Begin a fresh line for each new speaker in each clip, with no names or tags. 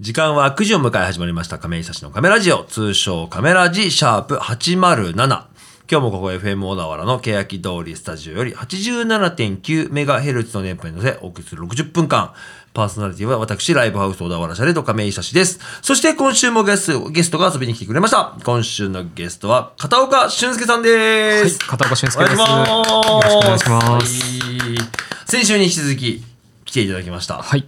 時間は9時を迎え始まりました亀井久志のカメラジオ通称カメラジシャープ807今日もここ FM 小田原の欅通りスタジオより 87.9MHz の電波に乗せお送りする60分間パーソナリティは私ライブハウス小田原シャレと亀井久志ですそして今週もゲストゲストが遊びに来てくれました今週のゲストは片岡俊介さんで
はい、
す、
片岡俊
お
介
願い
です。
します。
よろしくお願いします。
はい先週に引き続き来ていただきました。
はい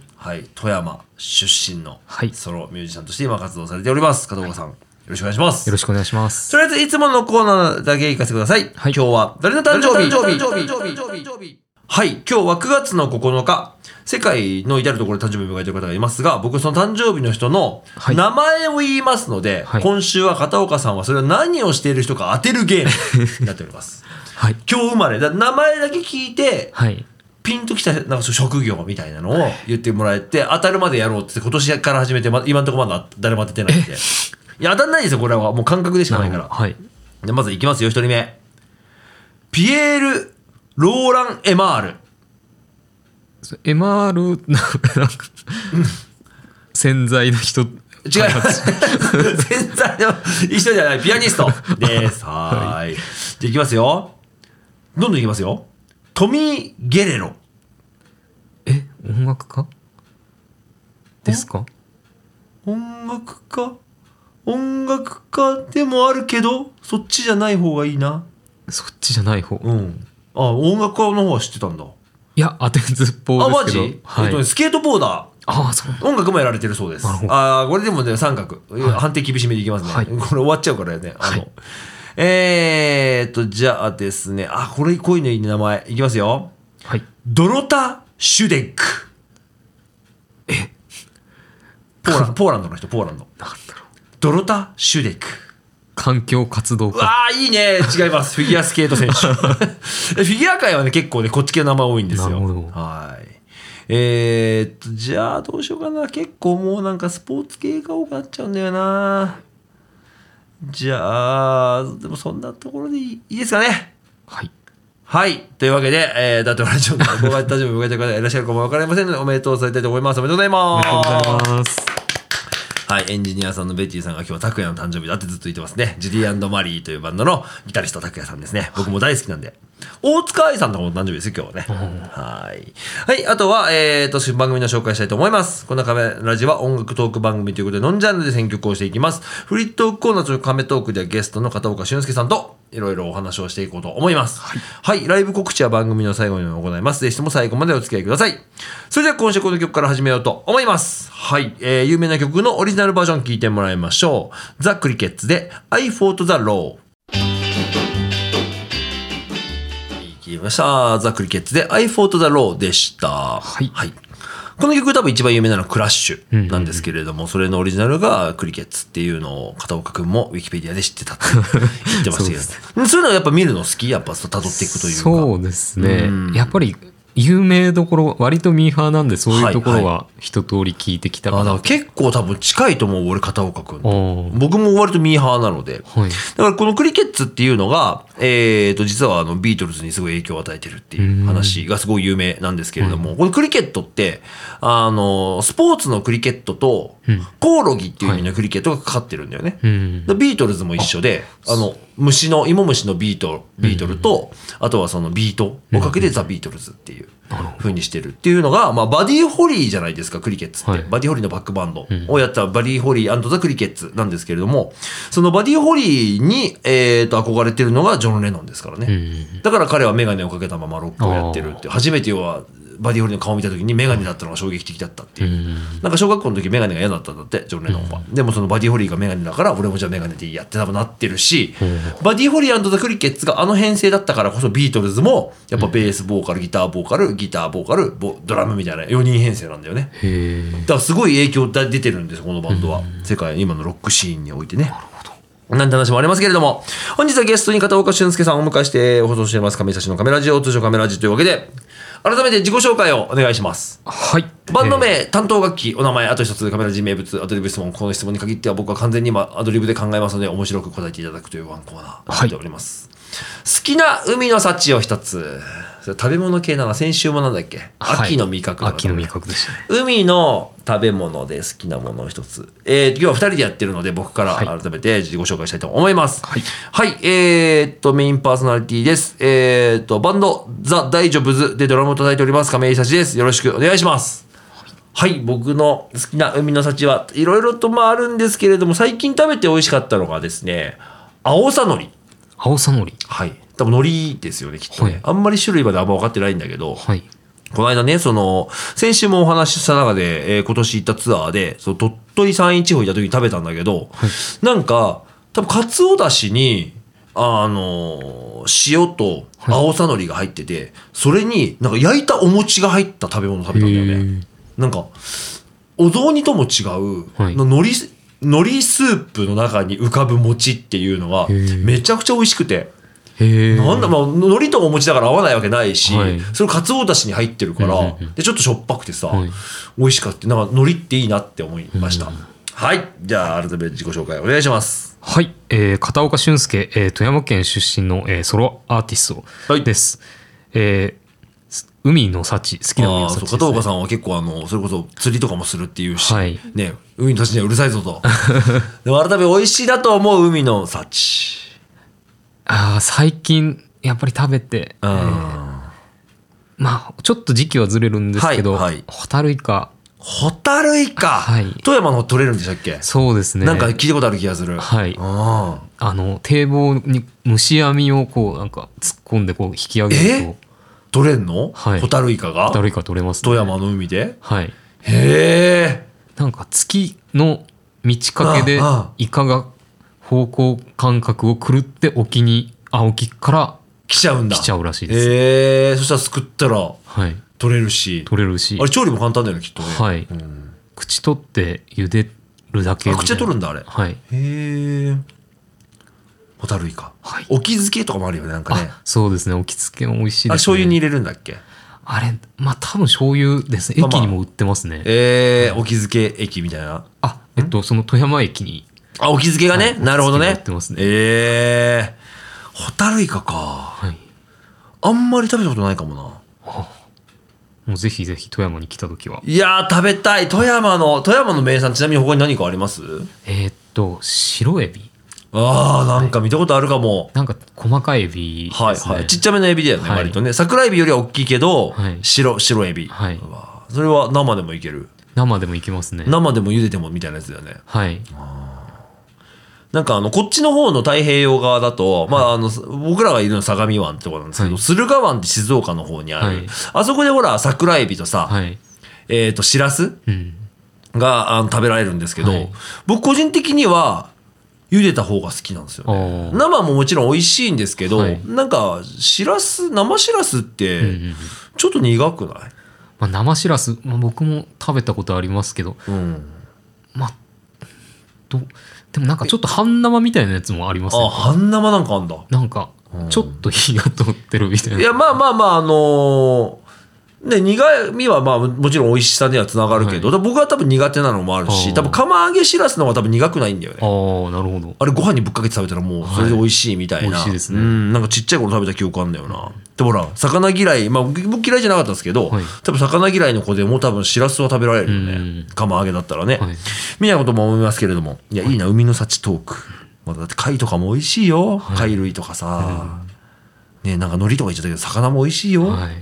富山出身の
はい
ソロミュージシャンとして今活動されております。片岡さん、よろしくお願いします。
よろしくお願いします。
とりあえずいつものコーナーだけ行かせてください。
はい
今日は誰の誕生日
誰の誕生日
はい、今日は9月の9日、世界の至るところで誕生日を迎えている方がいますが、僕その誕生日の人の
はい
名前を言いますので、
はい
今週は片岡さんはそれを何をしている人か当てるゲームになっております。
はい。
今日生まれだ名前だけ聞いて
はい。
ピンときたなんかそう職業みたいなのを言ってもらえて当たるまでやろうって今年から始めて、ま、今のところまだ誰も当ててないんでいや当たんないですよこれはもう感覚でしかないから、
はい。
でまずいきますよ一人目ピエール・ローラン・エマール
ルなんか、なんか、潜在の人。
違います。 全体の一緒じゃない、ピアニス トです。はーい。じゃあいきますよ。どんどんいきますよ。トミー・ゲレロ。
え、音楽家ですか
音楽家音楽家でもあるけどそっちじゃない方がいいな
そっちじゃない方。
うんあ音楽家の方は知ってたんだ
いや、当てずっぽ
あ
う
マ
です
ジ、
けど。
えっと
は
ね
い。
スケートボーダ
ああ、そう。
ー音楽もやられてるそうです
なるほど
ああこれでもね三角、判定厳しめでいきますね、
はい
これ終わっちゃうからねあの、
はい
えー、っとじゃあですねあこれこういうのいい名前いきますよ
はい。
ドロタ・シュデックえポーランポーランドの人ポーランド
なんだろう。
ドロタ・シュデック
環境活動
う
家。
わあいいね違いますフィギュアスケート選手フィギュア界はね結構ねこっち系の名前多いんですよ
なるほど
はいえー、っとじゃあどうしようかな結構もうなんかスポーツ系が多くなっちゃうんだよなじゃあでもそんなところでいいいいですかね
はい。
はい。というわけで、えー、だってラジオの5月誕生日を迎えた方がいらっしゃるかもわかりませんので、おめでとうされたいと思います。おめでとうございます。
ありがとうございます。
はい、エンジニアさんのベッチーさんが今日は拓也の誕生日だってずっと言ってますね。ジュディマリーというバンドのギタリスト拓也さんですね。僕も大好きなんで。大塚愛さんとかも誕生日ですよ、今日はね。はい。はい、あとは、えー、と、番組の紹介したいと思います。このカメラジは音楽トーク番組ということで、ノンジャンルで選曲をしていきます。フリットークコーナーとカメトークではゲストの片岡俊介さんと、いろいろお話をしていこうと思います。はい、ライブ告知は番組の最後にも行います。ぜひとも最後までお付き合いください。それでは今週この曲から始めようと思います。はい、えー、有名な曲のオリジナルバージョン聴いてもらいましょう。ザ・クリケッツで I fought the law。聞きました。ザ・クリケッツで I fought the law でした。
はい
この曲多分一番有名なのはクラッシュなんですけれども、それのオリジナルがクリケッツっていうのを片岡くんもウィキペディアで知って たって言ってましたけど。
そう
そういうのはやっぱ見るの好きやっぱ辿っていくというか。
そうですね
うん
やっぱり有名どころ割とミーハーなんでそういうところは一通り聞いてきた
あ
か
だから
な
結構多分近いと思う、俺片岡くんと。
おー
僕も割とミーハーなので。
はい
だからこのクリケッツっていうのが、えー、と実はあのビートルズにすごい影響を与えてるっていう話がすごい有名なんですけれども、このクリケットってあのスポーツのクリケットと
うん
コオロギっていう意味のクリケットがかかってるんだよね。
うん
でビートルズも一緒で、あの、虫の、芋虫のビート、ビートルと、あとはそのビートをかけてザ・ビートルズっていう風にしてるっていうのが、まあ、バディ・ホリーじゃないですか、クリケッツって。
はい
バディ・ホリーのバックバンドをやったバディ・ホリーザ・クリケッツなんですけれども、そのバディ・ホリーに、えー、と、憧れてるのがジョン・レノンですからね。
うん
だから彼はメガネをかけたままロックをやってるって、初めて要は、バディホリーの顔を見た時にメガネだったのが衝撃的だったっていう。なんか小学校の時メガネが嫌だったんだって、ジョン・レノンは。でもそのバディホリーがメガネだから、俺もじゃあメガネでいいやって多分なってるし、バディホリーザ・クリケッツがあの編成だったからこそビートルズも、やっぱベースボーカル、ギターボーカル、ギターボーカル、ボドラムみたいな4人編成なんだよね。
へえ
だからすごい影響だ出てるんですこのバンドは、世界今のロックシーンにおいてねなんて話もありますけれども、本日はゲストに片岡俊介さんをお迎えして放送しています、亀井写真のカメラジオ、通称カメラジというわけで、改めて自己紹介をお願いします。
はい
バンド名、
え
担当楽器、お名前、あと一つ、カメラジ名物、アドリブ質問、この質問に限っては僕は完全に今アドリブで考えますので、面白く答えていただくというワンコーナーになっております。好きな海の幸を一つ。
ー
それ食べ物系なの先週もなんだっけ、
はい
秋の味覚
秋の味覚でしたね
海の食べ物で好きなものを一つ。えー、今日は二人でやってるので、僕から
はい
改めて自己紹介したいと思います。
はい。
はい、えー、っと、メインパーソナリティです。えー、っと、バンド、ザ・大丈夫ズでドラムを叩いております、亀井幸です。よろしくお願いします。はい、僕の好きな海の幸はいろいろとまああるんですけれども、最近食べて美味しかったのがですね、青さのり。
青さのり
はい。多分海苔ですよね、きっとね。
はい
あんまり種類まであんま分かってないんだけど、
はい
この間ね、その、先週もお話しした中で、えー今年行ったツアーで、その鳥取山陰地方行った時に食べたんだけど、なんか、多分かつおだしに、あのー塩と青さのりが入ってて、それになんか焼いたお餅が入った食べ物を食べたんだよね。なんか、お雑煮とも違う、
はい
ののり、のりスープの中に浮かぶ餅っていうのが
へー
めちゃくちゃ美味しくて。
へえ
なんだ、まあ、海苔とお餅だから合わないわけないし、
はい
それかつおだしに入ってるから、
うんうんうん
でちょっとしょっぱくてさ、
はい
美味しかったなんか海苔っていいなって思いました、はいじゃあ改めて自己紹介お願いします
はい、えー片岡俊介、えー富山県出身の、えーソロアーティスト
はい
です、えーす海の幸好きな海
あ
の
あそう
幸です、ね、
片岡さんは結構あのそれこそ釣りとかもするっていうし、
はい
ね、海の幸にはうるさいぞ とでも改めて美味しいだと思う海の幸
あー最近やっぱり食べて、
うん、
まあちょっと時期はずれるんですけど、
はいはい
ホタルイカ
ホタルイカ、
はい
富山の方取れるんでしたっけ、
そうですね
なんか聞いたことある気がする
はい
あ
あの堤防に虫網をこうなんか突っ込んでこう引き上げると
え取れんの、
はい
ホタルイカが
ホタルイカ取れます、
富山の海で
はい
へえ
なんか月の満ち欠けで
ああ
イカが方向感覚を狂って沖にあ沖から
来ちゃうんだ
来ちゃうらしいです、
へえそしたらすくったら
はい
取れるし
取れるし
あれ調理も簡単だよねきっとね
はい
うん
口取って茹でるだけ
あ口で取るんだあれ
はい
へえホタルイカ
はい
お気づけとかもあるよねなんかね
あそうですねおきつけも美味し
あ
いです、
れ
ね、
醤油に入れるんだっけ
あれまあ多分醤油ですね
まあまあ
駅にも売ってますね、
えーお気づけ液みたいな
あえっとその富山駅に
あお気づけがね
はい
なるほど
お気づけが売
ね
ってますね
えーホタルイカか
はい
あんまり食べたことないかもな
もうぜひぜひ富山に来た時はい
やー食べたい富山の富山の名産ちなみに他に何かあります
えーっと白エビ
ああ、なんか見たことあるかも。
なんか細かいエビですね、
はいはい。ちっちゃめのエビだよね、
はい
割とね。桜エビよりは大きいけど、
はい
白、白エビ。
はいう
わそれは生でもいける。
生でもいけますね
生でも茹でてもみたいなやつだよね。
はい
なんかあの、こっちの方の太平洋側だと、まああの、僕らがいるの相模湾ってとこなんですけど、
はい
駿河湾って静岡の方にある。
はい
あそこでほら、桜エビとさ、
はい
えっ、と、シラス
うん
があの食べられるんですけど、
はい
僕個人的には、茹でた方が好きなんですよね。
おー
生ももちろん美味しいんですけど、
はい
なんかしらす生しらすって
うんうんうん
ちょっと苦くない、
まあ、生しらす、まあ、僕も食べたことありますけど
うん
まあどでもなんかちょっと半生みたいなやつもあります
あ
ね
半生なんかあんだ
なんか
うん
ちょっと火が通ってるみたいない
やまあまあまああのーね、苦みはまあもちろん美味しさにはつながるけど、僕は多分苦手なのもある
あ
し
ー
多分釜揚げしらすの方が多分苦くないんだよ
あ
ね
あなるほど
あれご飯にぶっかけて食べたらもうそれで美味しいみたいな、
はい美味しいですね
うんなんかちっちゃい頃食べた記憶あんだよなでもほら魚嫌いまあ僕僕嫌いじゃなかったんですけど、
はい
多分魚嫌いの子でも多分しらすは食べられるよね
うん
釜揚げだったらね、
はい
みたいなことも思いますけれども、いや、いいな、海の幸トーク。まあだって貝とかも美味しいよ。貝類とかさ。ねなんか海苔とか言っちゃったけど、魚も美味しいよ。
はい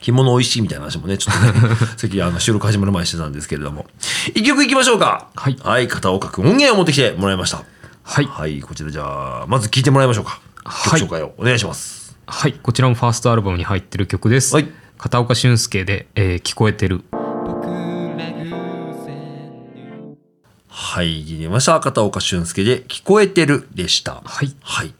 干物美味しいみたいな話もね、ちょっと ね、さっきあの収録始まる前にしてたんですけれども。一曲いきましょうか。
はい
片岡くん、音源を持ってきてもらいました。
はい、
はい、こちらじゃあ、まず聞いてもらいましょうか。
はい
曲紹介をお願いします。
はい、こちらもファーストアルバムに入ってる曲です、
はい
片岡俊介で、えー聞こえてる」
僕ら偶然に
はい、聞いてみました。片岡俊介で、聞こえてるでした。
はい
はい。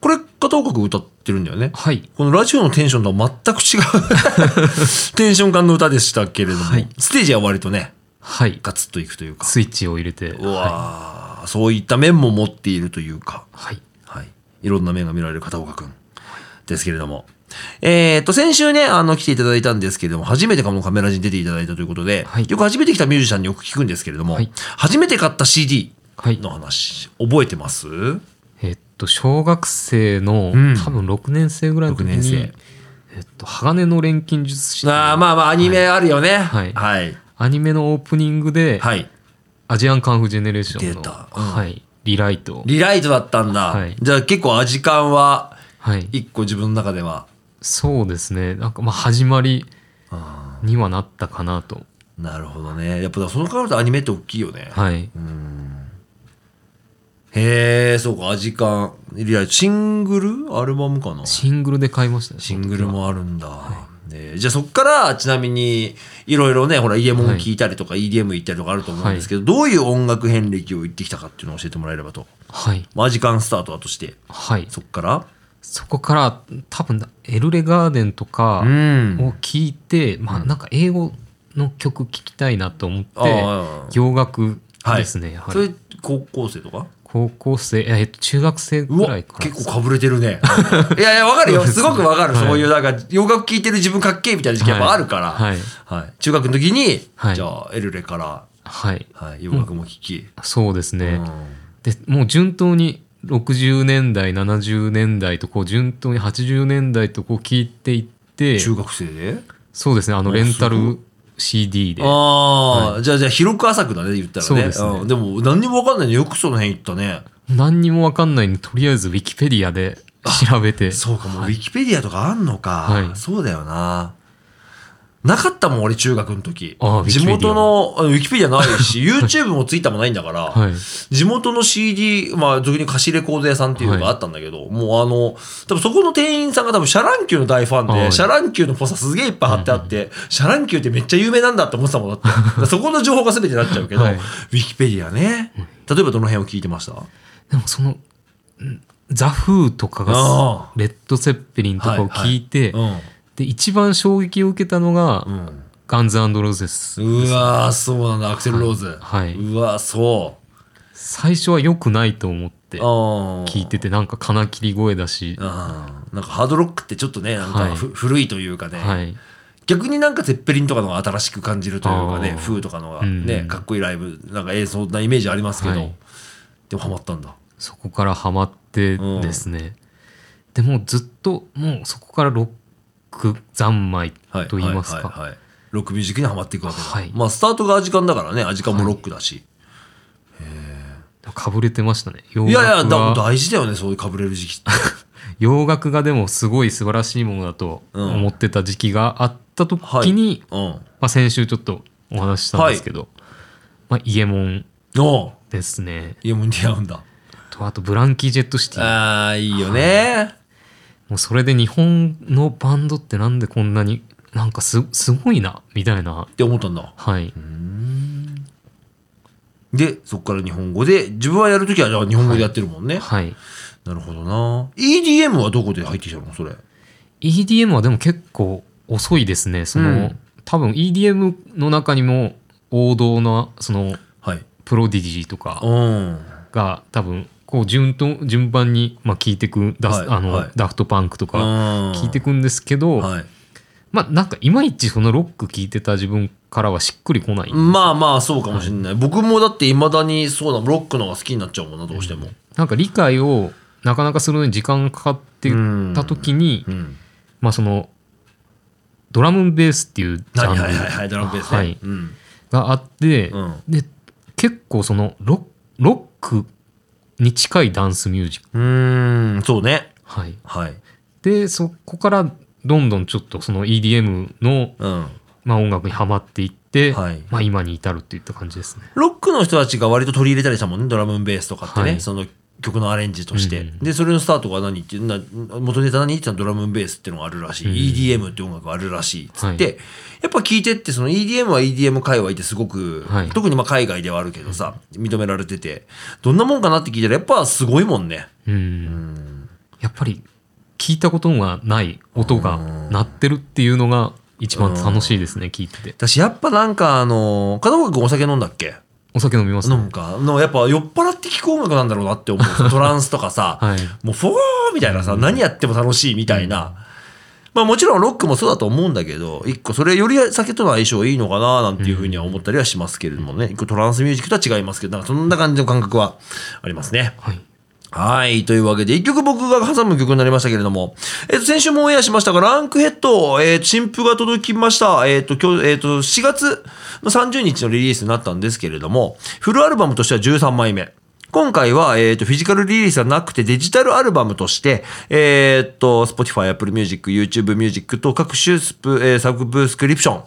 これ、片岡くん歌ってるんだよね。
はい
このラジオのテンションとは全く違う テンション感の歌でしたけれども、
はい
ステージは割とね
はい
ガツッといくというか
スイッチを入れて
うわー、そういった面も持っているというか、
はい
はい、いろんな面が見られる片岡くんですけれども。えー、と先週ねあの来ていただいたんですけれども初めてこのカメラに出ていただいたということで、
はい
よく初めて来たミュージシャンによく聞くんですけれども、
はい
初めて買った CD
はい
の話覚えてます
えっと小学生の、
うん
多分6年生ぐらいの時
6年
に
生、
ええっと、鋼の錬金術師っていう
あーまあまあ、アニメあるよね。
はい
はい。
アニメのオープニングで、
はい。
アジアンカンフージェネレーションの、
出たうん
はい、リライト。
リライトだったんだ。
はい
じゃあ結構味感は、
はい、
一個自分の中では。
そうですね。なんかまあ始まりにはなったかなと。
なるほどね。やっぱだからその考えるとアニメって大きいよね。
はい。
へえ、そうか、味感。リライト。シングルアルバムかな
シングルで買いましたね。
シングルもあるんだ。えーじゃあそっからちなみにいろいろねほら EM を聞いたりとか EDM 行ったりとかあると思うんですけど、どういう音楽遍歴を行ってきたかっていうのを教えてもらえればと
はい。
まあ時間スタートだとして
はい。そ
そっから
こから多分エルレガーデンとか
ん
を聞いて、まあなんか英語の曲聞きたいなと思って、
ああ
洋楽ですね、やは
それ
り。
高校生とか
高校生、いやえっと、中学生
う
ぐ
わ
らいからです
結構かぶれてるね いやいやわかるよ
そうですすね
ごくわかる、
はい
そういうなんか洋楽聴いてる自分かっけえみたいな時期やっぱあるから、
はいい。
中学の時に、
はい
じゃあエルレから、
はい。
はい、洋楽も聴き、
そうです
う
ね。
ん
でもう順当に60年代70年代とこう順当に80年代とこう聞いていって
中学生で
そうですねあの
お
レン
すご
タ
い
ル CD では
ああ、じゃあじゃあ広く浅くだね言ったらね
そうですね
んでも何にも分かんないのよくその辺行ったね
何にも分かんないんでとりあえずウィキペディアで調べて
そうかもうウィキペディアとかあんのか、
はい
そうだよななかったもん俺中学の時
あー
地
Wikipedia
元のあウィキペディアない し YouTube も Twitter もないんだから、
はい
地元の CD まあ俗に貸しレコード屋さんっていうのがあったんだけど、もうあの多分そこの店員さんが多分シャランキューの大ファンで、
はい
シャランキューのポスターすげえいっぱい貼ってあって、シャランキューってめっちゃ有名なんだって思ってたもんだってだ からそこの情報が全てになっちゃうけど、
はい
ウィキペディアね例えばどの辺を聞いてました
でもそのんザ・フーとか
あ
がレッド・セッペリンとかを聞いて
うん
で一番衝撃を受けたのが
うん
ガンズ・アンド・ローゼス
うわーそうなんだアクセル・ローズ、
はいう
わーそ
最初は良くないと思って
う聞
聞いててなんか金切り声だし
なんかハードロックってちょっとねなんかふ、古いというかね、
はい
逆になんかゼッペリンとかのが新しく感じるというかね
あー
フーとかのが
うん
ね、かっこいいライブなんかええそんなイメージありますけど、
はい
でもハマったんだ
そこからハマってですね、でもうずっともうそこからロック三昧
はい
と言いますか、
はいはいはいロックミュージックにはまっていくわけだ、
はい
まあスタートがアジカンだからねアジカンもロックだし、
かぶれてましたね洋
い、やいや
楽
だ
が
大事だよねそういうかぶれる時 期って
洋楽がでもすごい素晴らしいものだと
うん
思ってた時期があった時に、
うん
まあ、先週ちょっとお話ししたんですけど、まあ、イエモン
おう
ですね
いやもう似合うんだ
とあとブランキー・ジェット・シティ
あーいいよね、
もうそれで日本のバンドってなんでこんなになんかすすごいなみたいな
って思ったんだ
はい、
でそこから日本語で自分はやるときはじゃあ日本語でやってるもんね、
はい
なるほどな EDM はどこで入ってきたのそれ
EDM はでも結構遅いですねその、
うん
多分 EDM の中にも王道のその
はい
プロディギーとか
うん
が多分こう順当順番に、まあ、聞いてくダス、
はい
あの
はい
ダフトパンクとか聞
聞
いてくんですけど、
はい、
まあなんかいまいちそのロック聞いてた自分からはしっくりこない、
まあまあそうかもしれない、僕もだっていまだにそうだロックの方が好きになっちゃうもんなどうしても、
なんか理解をなかなかするのに時間がかかってた時に、
うん、
まあそのドラムベースっていうジ
は
ャン
い
ル
はいはいはいドラムベースね、
はい
うん、
があって、
うん
で結構そのロロックに近いダンスミュージック、
うーんそうね
はい、
はい
でそこからどんどんちょっとその EDM の、
うん
まあ、音楽にはまっていって、
はい
まあ、今に至るっていった感じですね
ロックの人たちが割と取り入れたりしたもんねドラムンベースとかってね、
はい
その曲のアレンジとして、
うんうん
でそれのスタートが何ってな元ネタ何って言ったらドラムンベースっていうのがあるらしい、
うん
EDM って音楽があるらしいっつって、
は
やっぱ聞いてってその EDM は EDM 界隈ってすごく、
はい
特にまあ海外ではあるけどさ認められててどんなもんかなって聞いたらやっぱすごいもんね。
うんやっぱり聞いたことがない音が鳴ってるっていうのが一番楽しいですね聞いてて
私やっぱなんかあの片岡君お酒飲んだっけ
お酒飲みます、
飲むかのやっぱ酔っ払って聴く音楽なんだろうなって思うトランスとかさ、
はい
もうフォーみたいなさ、何やっても楽しいみたいな、まあもちろんロックもそうだと思うんだけど一個それより酒との相性いいのかななんていうふうには思ったりはしますけれどもね、一個トランスミュージックとは違いますけどなんかそんな感じの感覚はありますね
はい、
はい。というわけで、一曲僕が挟む曲になりましたけれども、えっ、と、先週もオンエアしましたが、ランクヘッド、えっ、と、新譜が届きました。えっ、と、今日、えっ、と、4月の30日のリリースになったんですけれども、フルアルバムとしては13枚目。今回は、えっ、と、フィジカルリリースはなくて、デジタルアルバムとして、えっ、と、Spotify、Apple Music、YouTube Music と各種スプ、えーサブスクリプション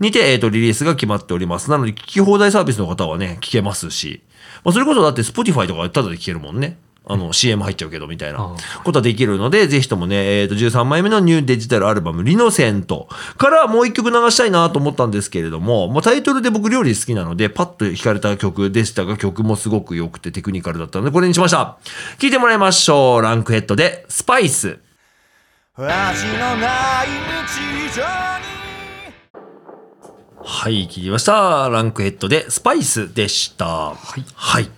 にて、えっ、と、リリースが決まっております。なので、聞き放題サービスの方はね、聞けますし、まあ、それこそだって Spotify とかただで聞けるもんね。あの、CM 入っちゃうけど、みたいな
あ
ことはできるので、ぜひともね、えっ、と、13枚目のニューデジタルアルバム、リノセントからもう一曲流したいなと思ったんですけれども、まあ、タイトルで僕料理好きなので、パッと弾かれた曲でしたが、曲もすごく良くてテクニカルだったので、これにしました。聴いてもらいましょう。ランクヘッドで、スパイス。
味のない日常に
はい、聞きました。ランクヘッドで、スパイスでした。はい。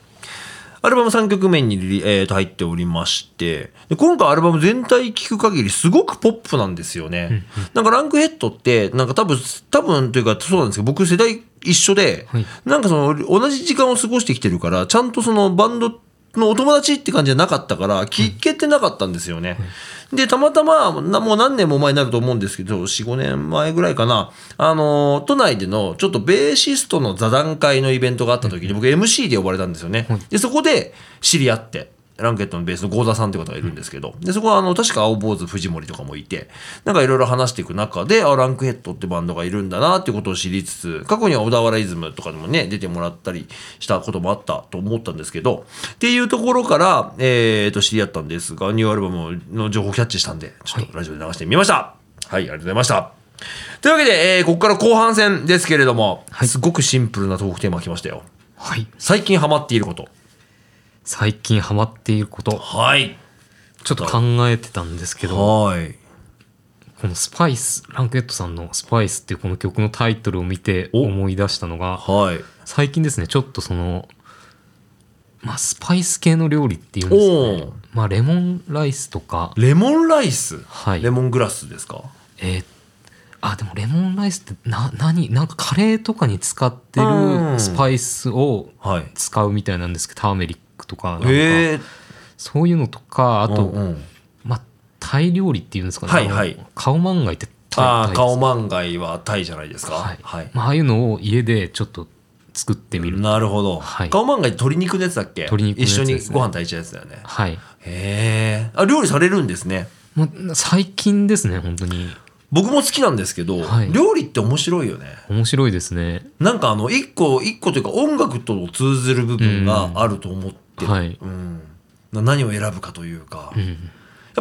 アルバム3曲目にリリ、えーと入っておりましてで、今回アルバム全体聴く限りすごくポップなんですよね。なんかランクヘッドって、なんか多分、多分というかそうなんですけど、僕世代一緒で、
はい
なんかその同じ時間を過ごしてきてるから、ちゃんとそのバンドのお友達って感じじゃなかったから、聞けてなかったんですよね。で、たまたま、なもう何年も前になると思うんですけど、4、5年前ぐらいかな、あのー、都内でのちょっとベーシストの座談会のイベントがあった時に、僕 MC で呼ばれたんですよね。で、そこで知り合って。ランケットのベースの郷田さんって方がいるんですけど、で、そこはあの、確か青坊主藤森とかもいて、なんかいろいろ話していく中で、あ、ランクヘッドってバンドがいるんだなってことを知りつつ、過去には小田原イズムとかでもね、出てもらったりしたこともあったと思ったんですけど、っていうところから、えー、と、知り合ったんですが、ニューアルバムの情報をキャッチしたんで、ちょっとラジオで流してみました。はい、ありがとうございました。というわけで、えーここから後半戦ですけれども、
はい
すごくシンプルなトークテーマ来ましたよ。
はい。
最近ハマっていること。
最近ハマっていること、
はい。
ちょっと考えてたんですけど、
はい。
このスパイス、ランケットさんのスパイスっていうこの曲のタイトルを見て
お
思い出したのが、
はい。
最近ですね、ちょっとその、まあ、スパイス系の料理っていうんです
お
か
お
ね。まあ、レモンライスとか、
レモンライス、
はい
レモングラスですか
えーあ、でもレモンライスってな、何なんかカレーとかに使って
うん
るスパイスを
はい。
使うみたいなんですけど、ターメリックとか、なんか
えー、
そういうのとか、あ
あ
と、
うんうん、
まあ、タイ料理っていうんですかね。
はいはい
あのカオマンガイって
あ
タイタイ
ー
です
カオマンガイはタイじゃないですか。
はい。まあ、ああいうのを家でちょっと作ってみる。
なるほど。
はい
カオマンガイ鶏肉のやつだっけ
鶏肉のやつですね
一緒にご飯炊いちゃうやつだよね。
はい。
へえ。あ、料理されるんですね。
まあ、最近ですね、本当に。
僕も好きなんですけど、
はい
料理って面白いよね。
面白いですね。
なんかあの、一個、一個というか音楽と通ずる部分があると思ってる。
はい
うんな何を選ぶかというか。
うん。
やっ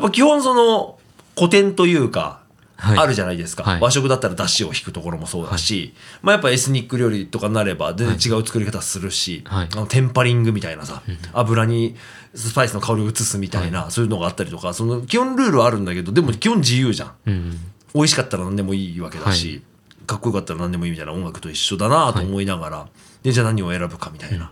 ぱ基本その古典というか、
はい
あるじゃないですか、
はい
和食だったら出汁を引くところもそうだし、まあ、やっぱエスニック料理とかになれば全然違う作り方するし、
はい
あのテンパリングみたいなさ、油にスパイスの香りを移すみたいな、そういうのがあったりとかその基本ルールはあるんだけどでも基本自由じゃん
うん。
美味しかったら何でもいいわけだし、かっこよかったら何でもいいみたいな音楽と一緒だなと思いながら、でじゃあ何を選ぶかみたいな、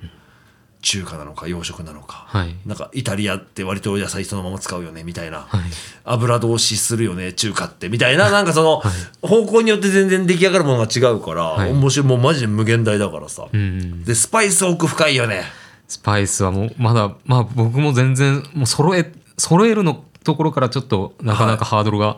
中華なのか洋食なのか、
はい
なんかイタリアって割と野菜そのまま使うよねみたいな、
はい
油通しするよね中華ってみたいななんかその、方向によって全然出来上がるものが違うから、
はい
面白いもうマジで無限大だからさ、
うん。
でスパイス奥深いよね
スパイスはもう、まだ、まあ、僕も全然、もう揃え、揃えるのところからちょっと、なかなかハードルが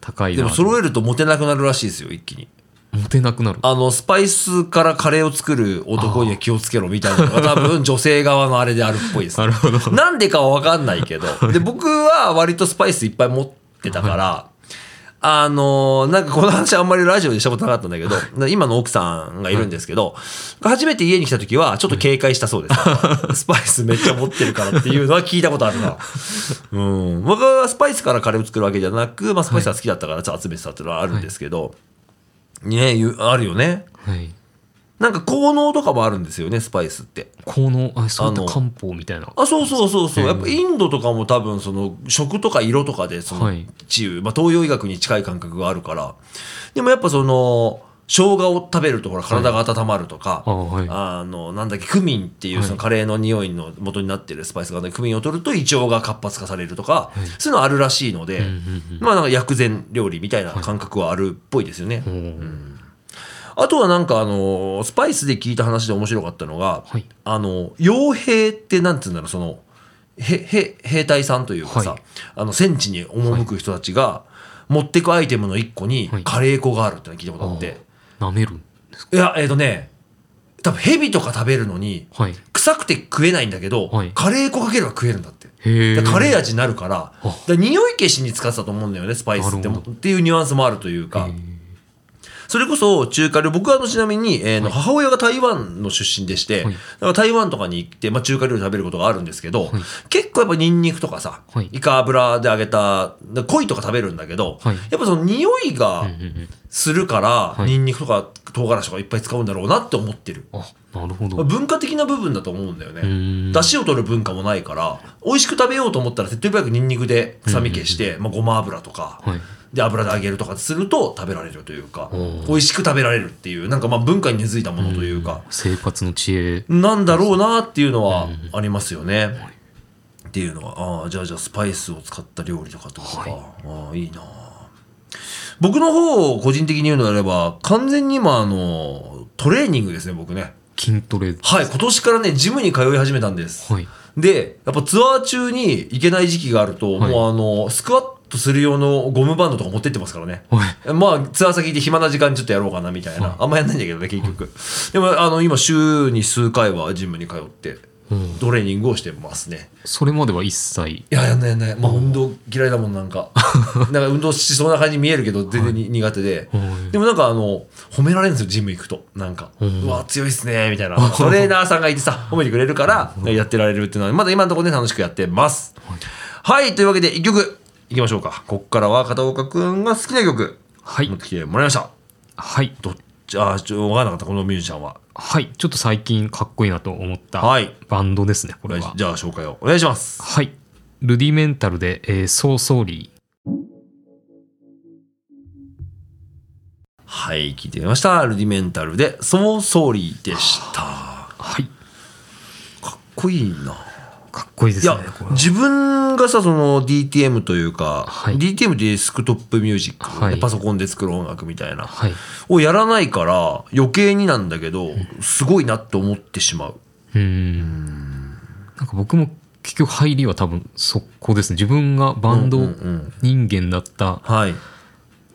高い
で
な。
も揃えるとモテなくなるらしいですよ一気に。
モテなくなる。
あの、スパイスからカレーを作る男には気をつけろみたいなのが多分女性側のあれであるっぽいです、ね。
なるほど
なんでかはわかんない けど。で、僕は割とスパイスいっぱい持ってたから、あのーなんかこの話あんまりラジオでしたことなかったんだけど、な今の奥さんがいるんですけど、初めて家に来た時はちょっと警戒したそうです。ス パイスめっちゃ持ってるからっていうのは聞いたことあるな。うん。僕はスパイスからカレーを作るわけじゃなく、まあスパイスが好きだったからちょっと集めてたっていうのはあるんですけど、ねゆあるよね。
はい。
なんか効能とかもあるんですよね、スパイスって。
効能、あ、そういった
あの
漢方みたいな。
あ、そうそうそうそう。やっぱインドとかも多分その食とか色とかでそ
は
の
い
治癒、まあ東洋医学に近い感覚があるから。でもやっぱその、生姜を食べるとほら体が温まるとか、
あはい
あの、なんだっけ、クミンっていうそのカレーの匂いの元になってるスパイスがあるんだけどクミンを取ると胃腸が活発化されるとか、そういうのあるらしいので、まあなんか薬膳料理みたいな感覚はあるっぽいですよね。
おー
あとはなんかあのースパイスで聞いた話で面白かったのが、
はい
あの傭兵ってなんて言うんだろうそのへへ兵隊さんというかさ、
はい
あの戦地に赴く人たちが持ってくアイテムの一個に
はい
カレー粉があるってのは聞いたことあって、
舐めるんです
い、やえっ、とね多分蛇とか食べるのに
かはい
臭くて食えないんだけど、
はい
カレー粉かければ食えるんだって。
へえ
でカレー味になるから
あ
だから匂い消しに使ってたと思うんだよねスパイスって
なる
も
ほど
っていうニュアンスもあるというかそれこそ中華料理僕はあのちなみに、えーの母親が台湾の出身でして、
はい
だから台湾とかに行って、まあ、中華料理食べることがあるんですけど、
はい
結構やっぱニンニクとかさ、
はい
イカ油で揚げたで鯉とか食べるんだけど、
はい
やっぱその匂いが
うんうん
するから、
い
ニンニクとか唐辛子とかいっぱい使うんだろうなって思ってる。
うんあなるほど
まあ文化的な部分だと思うんだよね。
ーん
出汁を取る文化もないから、美味しく食べようと思ったら、手っ取り早くニンニクで臭み消して、まあ、ごま油とか、
はい
で、油で揚げるとかすると食べられるというか
お、ー
美味しく食べられるっていう、なんかまあ文化に根付いたものというか、
生活の知恵
なんだろうなっていうのはありますよね。っていうのは、ああ、じゃあじゃあスパイスを使った料理とかってことか。
はい
ああ、いいな僕の方を個人的に言うのであれば、完全に今あの、トレーニングですね、僕ね。
筋トレ
はい、今年からね、ジムに通い始めたんです。
はい
で、やっぱツアー中に行けない時期があると、
はい
もうあの、スクワットする用のゴムバンドとか持ってってますからね。
はい
まあ、ツアー先で暇な時間にちょっとやろうかなみたいな。あんまやんないんだけどね、結局。でも、あの、今、週に数回はジムに通って、
うん
トレーニングをしてますね。
それまでは一切
いや、やんないやんない。まあ、運動嫌いだもん、なんか。なんか運動しそうな感じに見えるけど、全然に苦手で。
はい
でもなんかあの、褒められるんですよ、ジム行くと。なんか、
うん
うわ、強いっすね、みたいな。トレーナーさんがいてさ、褒めてくれるから、やってられるっていうのは、まだ今のところね、楽しくやってます。はい、というわけで、一曲、いきましょうか。こっからは片岡くんが好きな曲、
はい
持ってきてもらいました。
はい
どっち、あ、ちょ、わからなかった、このミュージシャンは。
はいちょっと最近かっこいいなと思った
はい
バンドですねこれは
じゃあ、紹介をお願いします。
はいルディメンタルでえーソーソーリ
はい、聞いてみました。ルディメンタルで、ソーソーリーでした。
ーはい
かっこいいな。
かっこいいで
い
すね
や
これは
自分がさその DTM というか、
はい
DTM ってデスクトップミュージック、
はい
パソコンで作る音楽みたいな、
はい
をやらないから余計になんだけどすごいなって思ってしまう。
うーんなんか僕も結局入りは多分そこですね自分がバン
うん
ド
うんうん
人間だった
はい、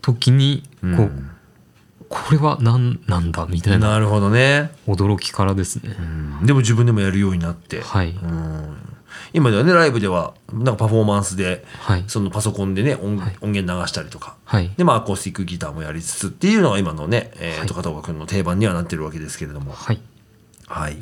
時にこう、
うん
これは何なんだみたいな
なるほどね、
驚きからですね、
うんでも自分でもやるようになって、
はい、
うん今ではねライブではなんかパフォーマンスで
はい
そのパソコンでね音,、
はい
音源流したりとか
はい
でまあアコースティックギターもやりつつっていうのが今のね、えーと
は
片岡君の定番にはなってるわけですけれども。
はい
はい。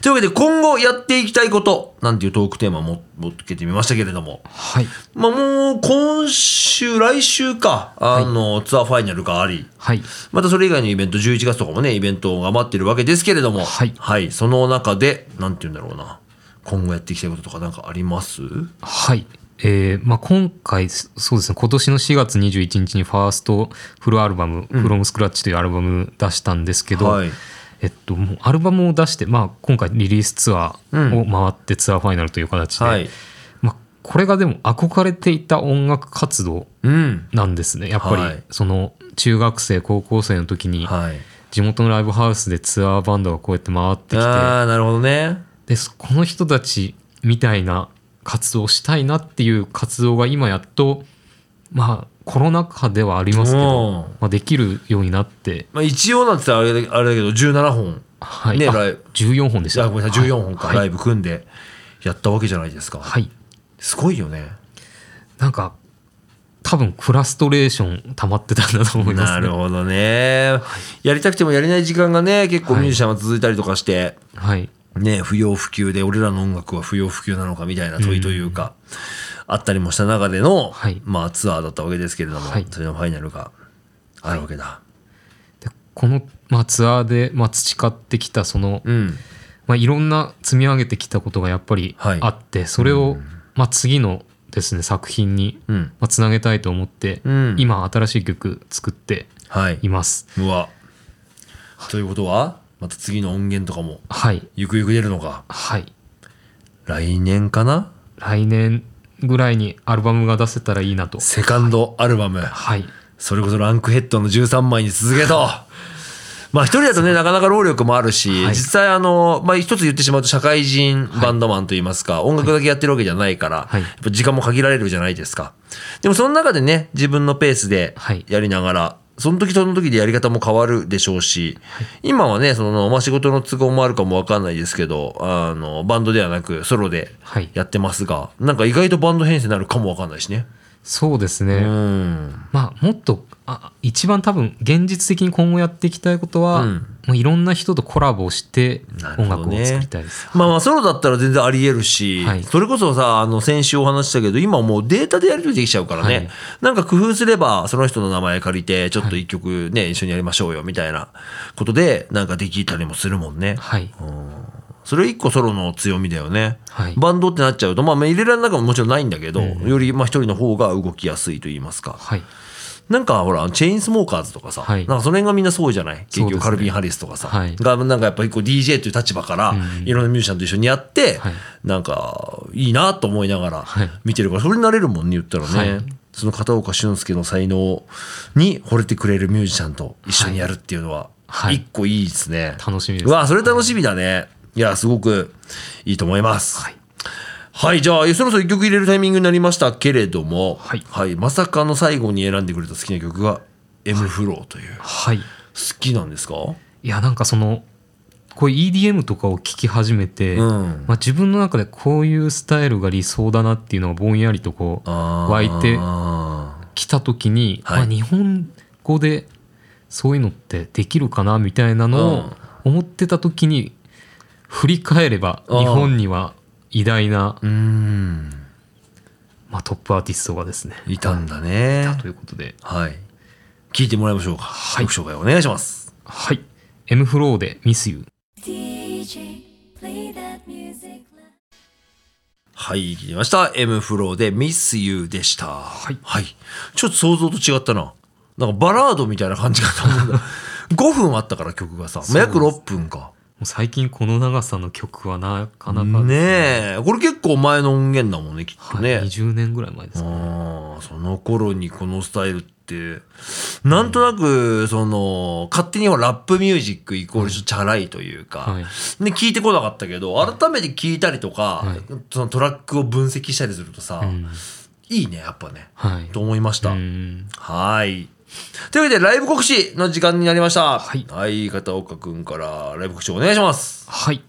というわけで、今後やっていきたいこと、なんていうトークテーマも持ってきてみましたけれども、
はい
まあもう今週、来週か、あの、ツアーファイナルがあり、
はい
またそれ以外のイベント、11月とかもね、イベントが待ってるわけですけれども、
はい
その中で、なんていうんだろうな、今後やっていきたいこととかなんかあります
はいえーまあ、今回そそうですね今年の4月21日にファーストフルアルバム「from scratch」というアルバム出したんですけど、
はい
えっと、もうアルバムを出して、まあ、今回リリースツアーを回ってツアーファイナルという形で、
はい。
まあ、これがでも憧れていた音楽活動
うん。
なんですねやっぱり、
はい
その中学生高校生の時に
はい。
地元のライブハウスでツアーバンドがこうやって回ってきて
ああ、なるほどね。
でそこの人たちみたいな活動をしたいなっていう活動が今やっとまあコロナ禍ではありますけ
おー
ど、まあ、できるようになって、
まあ一応なんて言ったらあれだあれだけど、17本。
はい
ね
あ
ライブ
14本でし
あ
た
ごめんなさい、14本か、
はい
ライブ組んでやったわけじゃないですか。
はい
すごいよね。
なんか多分フラストレーション溜まってたんだと思います、ね、
なるほどね。やりたくてもやれない時間がね、結構ミュージシャンは続いたりとかして、
はい
ね、不要不急で、俺らの音楽は不要不急なのかみたいな問いというか、あったりもした中での、
はい
まあツアーだったわけですけれども、
はい
それのファイナルがあるわけだ。
でこの、まあ、ツアーで、まあ、培ってきたその、
うん。
まあ、いろんな積み上げてきたことがやっぱり
はい
あって、それを、まあ、次のですね作品に、
うん。
まあ、つなげたいと思って、
うん
今新しい曲作って
はい
い。ます
うわ。ということは、また次の音源とかも、
はい
ゆくゆく出るのか。
はい
来年かな
来年ぐらいにアルバムが出せたらいいなと
セカンドアルバム。
はい
それこそランクヘッドの13枚に続けと。 まあ一人だとねなかなか労力もあるし、
はい
実際あの、まあ、一つ言ってしまうと社会人バンドマンといいますか、音楽だけやってるわけじゃないから、
はい
やっぱ時間も限られるじゃないですかでもその中でね自分のペースで
はい
やりながら、その時その時でやり方も変わるでしょうし、今はねその、まあ、仕事の都合もあるかも分かんないですけどあのバンドではなくソロで
はい
やってますが、なんか意外とバンド編成になるかも分かんないしね。
そうですね、
うん
まあもっとあ一番多分現実的に今後やっていきたいことは、
うん
もういろんな人とコラボして
なる
音
ほど
楽
ね
を作りたいです、
まあまあソロだったら全然ありえるし、
はい
それこそさあの先週お話ししたけど今もうデータでやり取りできちゃうからね、
はい
なんか工夫すればその人の名前借りてちょっと一曲ね、一緒にやりましょうよみたいなことでなんかできたりもするもんね、
はい
それ一個ソロの強みだよね、
はい
バンドってなっちゃうとまあまあ入れられなくももちろんないんだけど、よりまあ一人の方が動きやすいと言いますか
はい
なんかほらチェーンスモーカーズとかさ、
はい
なんかその辺がみんなそうじゃない結
そうで
局
すね
カルビン・ハリスとかさ、
はい
がなんかやっぱ一個 DJ という立場から
うん
いろんなミュージシャンと一緒にやって、
はい
なんかいいなと思いながら
はい
見てるからそれになれるもんね言ったらね、
はい
その片岡俊介の才能に惚れてくれるミュージシャンと一緒にやるっていうのは
はい
一個いいですね。
楽しみです
うわそれ楽しみだね。いやすごくいいと思います。はいじゃあそろそろ一曲入れるタイミングになりましたけれども、
はい
まさかの最後に選んでくれた好きな曲が「M フロー」という、好
はい
きなんですか
いやなんかそのこういう EDM とかを聞き始めて、
うん
まあ、自分の中でこういうスタイルが理想だなっていうのがぼんやりとこう
あー
湧いて来た時に、
はい
まあ、日本語でそういうのってできるかなみたいなのを思ってた時に振り返れば
あー
日本には偉大な、
うーん
まあ、トップアーティストがですね
いたんだね。
ということで
はい聞いてもらいましょうか、
い
曲紹介お願いします。
はい「M フローで「ミスユー
DJ, play that music loud.
はい、聞きました。M フローで Miss You でした。はい。ちょっと想像と違ったな。なんかバラードみたいな感じかと思うんだ。5分 あったから曲がさ。まあ、約6分か。
もう最近この長さの曲はなかなかです
ねえ。これ結構前の音源だもんね、きっとね。
はい、20年ぐらい前ですか
あーその頃にこのスタイルってなんとなくその勝手にはラップミュージックイコールちょっとチャラいというか、
はい
で聞いてこなかったけど改めて聞いたりとか、
はい
そのトラックを分析したりするとさ、
うん
いいねやっぱね、
はい
と思いました。
うん
はいというわけでライブ告知の時間になりました。
はい
片岡くんからライブ告知お願いします。
はい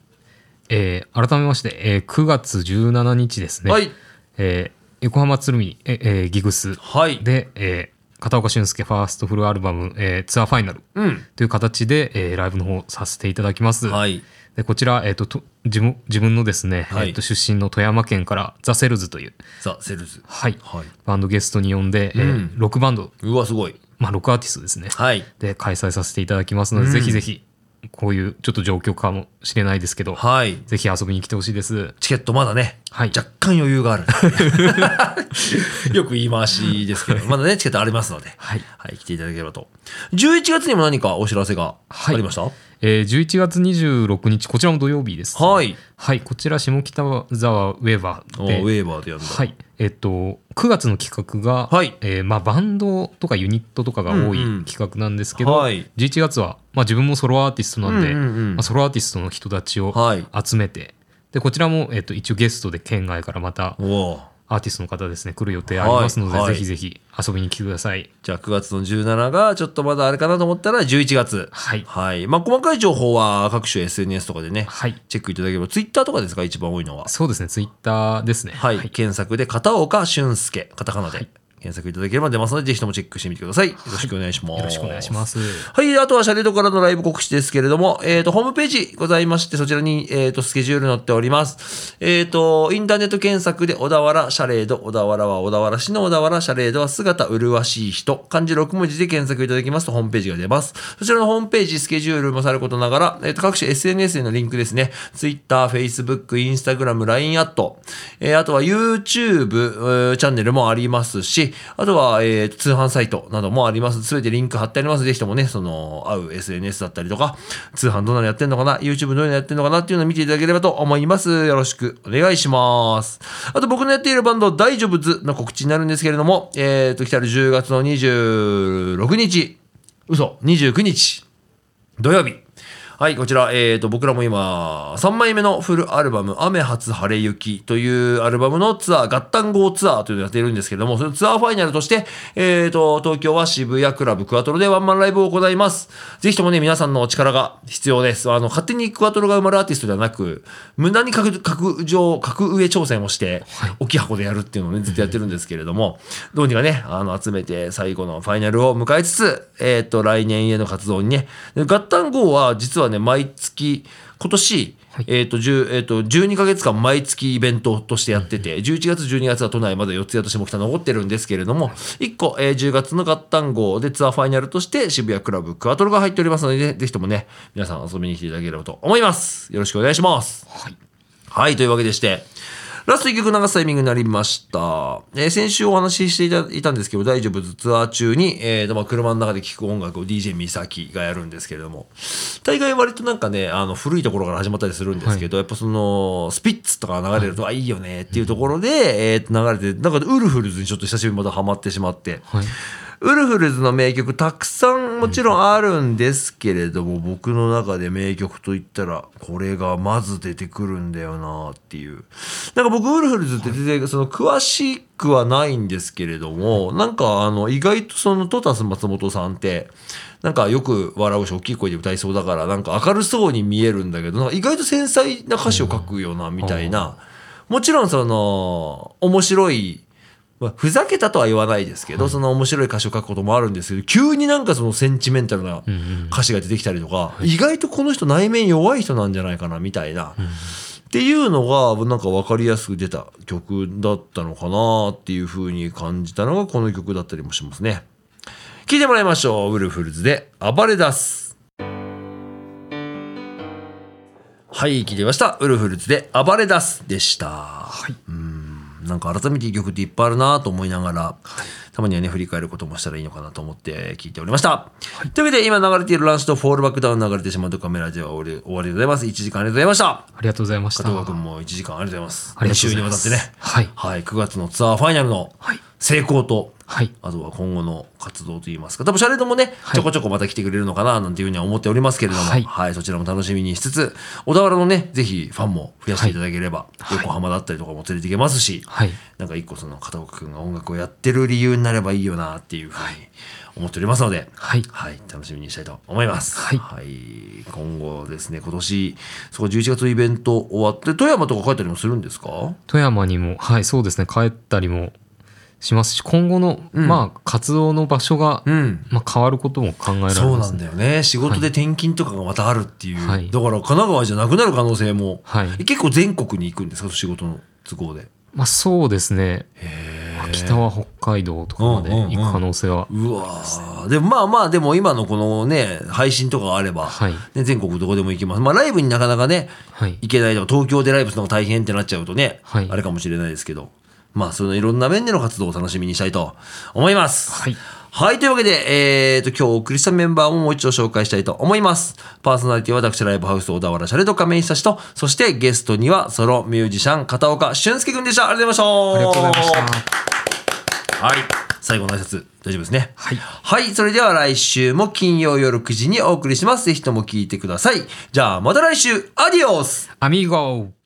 えー改めまして、えー9月17日ですね、
はい
えー横浜鶴見、ええーギグス
はい。
で、えー片岡俊介ファーストフルアルバム、えーツアーファイナル
うん。
という形で、えーライブの方させていただきます、
はい。
でこちら、えー、とと自分自分のですね、
はい
えーと出身の富山県からザ・セルズという、
ザ・セルズ。
はい
はい。
バンドゲストに呼んで、えー
うん
ロックバンド、
うわ、すごい。
まあ、ロックアーティストですね、
はい。
で開催させていただきますので、
うん
ぜひぜひこういうちょっと状況かもしれないですけど、
はい。
ぜひ遊びに来てほしいです
チケットまだね、
はい
若干余裕がある。 よく言い回しですけど、まだね、チケットありますので、
はい
来ていただければと。11月にも何かお知らせがあ
はい
りました、
えー、11月26日こちらも土曜日です、
はい
はいこちら下北沢ウェーバ
お
ーで
ウェーバーでやるんだ。
はいえっと9月の企画が、
はい
えーまあ、バンドとかユニットとかが多い
うんうん
企画なんですけど、
はい
11月は、まあ、自分もソロアーティストなんで、
うんうんうん
まあ、ソロアーティストの人たちを
はい
集めて、でこちらも、えっと一応ゲストで県外からまた
おー
アーティストの方ですね来る予定ありますので、
はいはい
ぜひぜひ遊びに来てください
じゃあ9月の17がちょっとまだあれかなと思ったら11月。
はい
はい。まあ細かい情報は各種 SNS とかでね、
はい
チェックいただければ、Twitter とかですか一番多いのは。
そうですねツイッターですね
はい、検索で片岡俊介、カタカナで、検索いただければ出ますので、ぜひともチェックしてみてください。よろしくお願いします。
よろしくお願いします。
はい、あとはシャレードからのライブ告知ですけれども、えっ、と、ホームページございまして、そちらに、えっ、と、スケジュール載っております。えっ、と、インターネット検索で、小田原シャレード、小田原は小田原市の小田原シャレードは姿麗しい人、漢字6文字で検索いただきますとホームページが出ます。そちらのホームページ、スケジュールもさることながら、えっ、と、各種 SNS へのリンクですね、Twitter、Facebook、Instagram、LINE アット、えーあとは YouTube えーチャンネルもありますし、あとは、えー通販サイトなどもあります。すべてリンク貼ってあります。ぜひともね、その、合う SNS だったりとか、通販どんなのやってんのかな、YouTube どういうのやってんのかなっていうのを見ていただければと思います。よろしくお願いします。あと僕のやっているバンド、大丈夫ズの告知になるんですけれども、えっ、と、来たる10月の26日、嘘、29日。土曜日。はい、こちら、えー、と、僕らも今、3枚目のフルアルバム、雨初晴れ雪というアルバムのツアー、合ン号ツアーというのをやっているんですけども、そのツアーファイナルとして、えー、と、東京は渋谷クラブクワトロでワンマンライブを行います。ぜひともね、皆さんのお力が必要です。あの、勝手にクワトロが生まれるアーティストではなく、無駄に格、格上、格上挑戦をして、大きい箱でやるっていうのをね、ずっとやってるんですけれども、どうにかね、あの、集めて最後のファイナルを迎えつつ、えっ、と、来年への活動にね、で合ン号は実はね、毎月、今年、えっ、と、10えっ、と、12ヶ月間毎月イベントとしてやってて、11月、12月は都内まだ四ツ谷と下北残ってるんですけれども、1個、えー10月の合ン号でツアーファイナルとして渋谷クラブクアトロが入っておりますので、ね、ぜひともね、皆さん遊びに来ていただければと思います。よろしくお願いします。はい、というわけでして、ラスト1曲流すタイミングになりました。えー先週お話ししていたいたんですけど、大丈夫ツアー中に、えーとまあ、車の中で聴く音楽を DJ ミサキがやるんですけれども、大概割となんかね、あの古いところから始まったりするんですけど、やっぱその、スピッツとか流れると、あ、いいよねっていうところで、えーと流れて、なんかウルフルズにちょっと久しぶりにまたハマってしまって、
はい。
ウルフルズの名曲たくさんもちろんあるんですけれども、僕の中で名曲といったらこれがまず出てくるんだよなっていうなんか僕ウルフルズって全然その詳しくはないんですけれどもなんかあの意外とそのトタス松本さんってなんかよく笑うし大きい声で歌いそうだからなんか明るそうに見えるんだけどなんか意外と繊細な歌詞を書くよなみたいなもちろんその面白いまあ、ふざけたとは言わないですけど、その面白い歌詞を書くこともあるんですけど急になんかそのセンチメンタルな歌詞が出てきたりとか、意外とこの人内面弱い人なんじゃないかなみたいな、っていうのがなんか分かりやすく出た曲だったのかなっていうふうに感じたのがこの曲だったりもしますね。聞いてもらいましょう。ウルフルズで暴れ出す。はい、聞いてみました。ウルフルズで暴れ出すでした。はい。うん。なんか改めていい曲っていっぱいあるなと思いながら、たまにはね、振り返ることもしたらいいのかなと思って聞いておりました。というわけで、今流れているランチとフォールバックダウン流れてしまうとカメラでは終わり終わりでございます。1時間ありがとうございました。
ありがとうございました。
加藤君も1時間ありがとうございます。
ありがとうござい
二
ま
週
す
にわたってね、
はい
9月のツアーファイナルの
はい
成功と、
はい。
あとは今後の活動といいますか、多分シャレードもね、
はい
ちょこちょこまた来てくれるのかな、なんていうふうには思っておりますけれども、は、
はいい
そちらも楽しみにしつつ、小田原のね、ぜひファンも増やしていただければ、
はい
横浜だったりとかも連れていけますし、
はい。
なんか一個その片岡くんが音楽をやってる理由になればいいよなっていうふうに思っておりますので、
はい
楽しみにしたいと思います。
はい
今後ですね、今年、そこ11月イベント終わって、富山とか帰ったりもするんですか
富山にも、はい、そうですね、帰ったりもしますし、今後の、
ん
まあ、活動の場所が、
うん。
まあ、変わることも考えられます、ね。
そうなんだよね。仕事で転勤とかがまたあるっていう。
はい
だから神奈川じゃなくなる可能性も。
はい。
え結構全国に行くんですか仕事の都合で。
まあ、そうですね。
へー
北は北海道とかまで行く可能性は、
うわーでもまあまあ、でも今のこのね、配信とかがあれば、
はい
ね、全国どこでも行けます。まあライブになかなかね、
はい
行。けないとか、東京でライブするのが大変ってなっちゃうとね、
はい
あれかもしれないですけど、まあそのいろんな面での活動を楽しみにしたいと思います。
はい
はい。というわけで、えー、と、今日お送りしたメンバーももう一度紹介したいと思います。パーソナリティは私、ライブハウス小田原シャレと亀井久志と、そしてゲストにはソロミュージシャン、片岡俊介くんでした。ありがとうございました。
ありがとうございました。
はい。最後の挨拶、大丈夫ですね。
はい
はい。それでは来週も金曜夜9時にお送りします。ぜひとも聞いてください。じゃあ、また来週、アディオス
アミーゴ